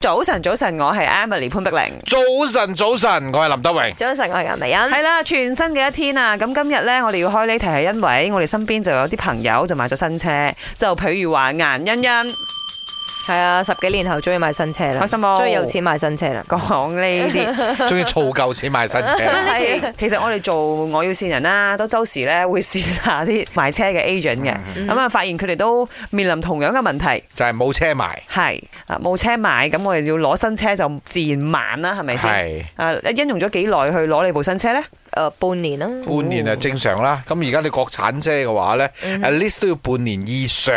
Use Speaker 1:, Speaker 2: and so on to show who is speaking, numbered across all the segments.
Speaker 1: 早晨，早晨，我係 Emily 潘碧玲。
Speaker 2: 早晨，早晨，我係林德 榮。
Speaker 3: 早晨，我係顏美欣。
Speaker 1: 係啦，全新嘅一天啊！咁今日呢，我哋要開呢題係因為我哋身邊就有啲朋友就買咗新車，就譬如話顏欣欣
Speaker 3: 係啊，十幾年後終於買新車啦，
Speaker 1: 開心冇
Speaker 3: 終於有錢買新車啦。
Speaker 1: 講呢啲。
Speaker 2: 終於儲夠錢買新車，
Speaker 3: 係
Speaker 1: 其實我哋做我要線人啦，都周時呢會線下啲賣車嘅 agent 嘅，咁啊發現佢哋都面臨同樣嘅問題。
Speaker 2: 就係冇車賣。
Speaker 1: 係啊，冇車買，咁我哋要攞新車就自然慢啦，係咪先？
Speaker 2: 係
Speaker 1: 啊，欣用咗幾耐去攞你部新車呢？
Speaker 3: 誒，呃半年啦，
Speaker 2: 半年啊，正常
Speaker 3: 嗯
Speaker 2: 啦。咁而家你國產車嘅話咧，at least 都要半年以上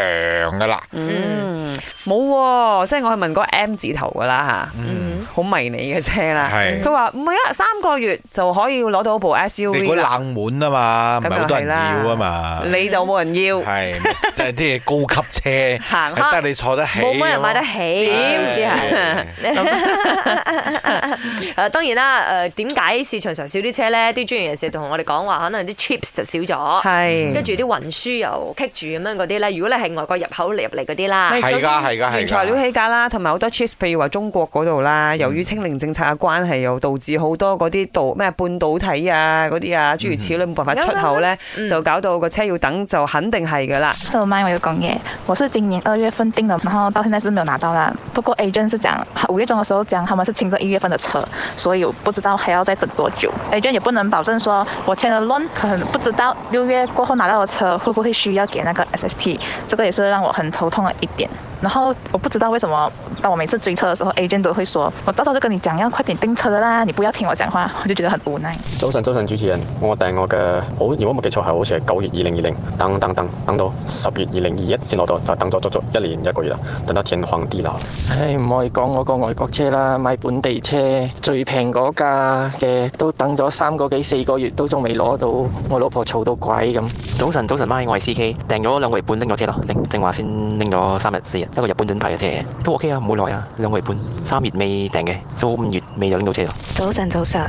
Speaker 2: 噶啦。
Speaker 1: 嗯，冇喎、即係我係問嗰個 M 字頭噶啦
Speaker 3: 嗯
Speaker 1: 吓，好迷你嘅車啦。
Speaker 2: 係
Speaker 1: 佢話唔係啊，三個月就可以攞到部
Speaker 2: 你嗰
Speaker 1: SUV 啦，
Speaker 2: 冷門啊嘛，唔係好多人要啊嘛。
Speaker 1: 你就冇人要，
Speaker 2: 係即係啲高級車，
Speaker 1: 行
Speaker 2: 係
Speaker 1: 開
Speaker 2: 得你坐得
Speaker 1: 嗯
Speaker 2: 起。啊
Speaker 3: 冇乜人買得起，
Speaker 1: 啊
Speaker 3: 先係。 誒，當然啦，誒點解市場上少啲車咧？啲專業人士同我哋講話，可能啲 chips 就少咗，
Speaker 1: 係
Speaker 3: 跟。住啲運輸又棘住咁樣嗰啲咧。如果你係外國入口入嚟嗰啲啦
Speaker 1: 咪，
Speaker 2: 係㗎
Speaker 1: 首先
Speaker 2: 係㗎係㗎
Speaker 1: 原材料起價啦，同埋好多 chips，譬如話中國嗰度啦，
Speaker 2: 嗯
Speaker 1: 由於清零政策嘅關係，又導致好多嗰啲導咩半導體啊嗰啲啊諸如此類冇辦法出口咧，
Speaker 3: 嗯
Speaker 1: 就搞到個車要等，就肯定係噶啦。
Speaker 4: Hello，媽，我有講嘢，我是今年二月份訂的，然後到現在是沒有拿到啦。不過 agent 是講五月中的時候講他們是清着一月份的車，所以我不知道還要再等多久。agent 也不能保證說我簽了 loan，可能不知道六月過後拿到的車會不會需要給那個 SST，這個也是讓我很頭痛的一點。然後我不知道為什麼，當我每次追車的時候，agent 都會說我到時候就跟你講要快點訂車的啦，你不要聽我講話，我就覺得很無奈。
Speaker 5: 早晨，早晨，主持人，我訂我嘅好，如果冇記錯係好似係九月二零二零，等等等等到十月二零二一先攞到，就等咗足足一年一個月啦，等到天荒地老。
Speaker 6: 唉，唔可以講我個外國車啦，買本地車最平嗰架嘅都等咗三個幾四個月都仲未攞到，我老婆嘈到鬼咁。
Speaker 7: 早晨，早晨，媽，我係 C K，訂咗兩個月半拎咗車啦，正正話先拎咗三日四日，一個日本準牌嘅車，都 OK 啊，唔會耐啊，兩個月半，三月尾訂嘅，到五月尾就拎到車啦。
Speaker 8: 早晨，早晨，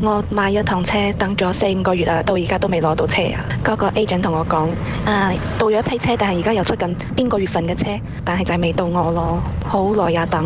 Speaker 8: 我買咗趟車，等咗四五個月啦，啊到而家都未攞到車啊！嗰、個 agent 同我講，啊，到咗一批車，但係而家又出緊邊個月份嘅車，但係就係未到我咯，好耐呀等。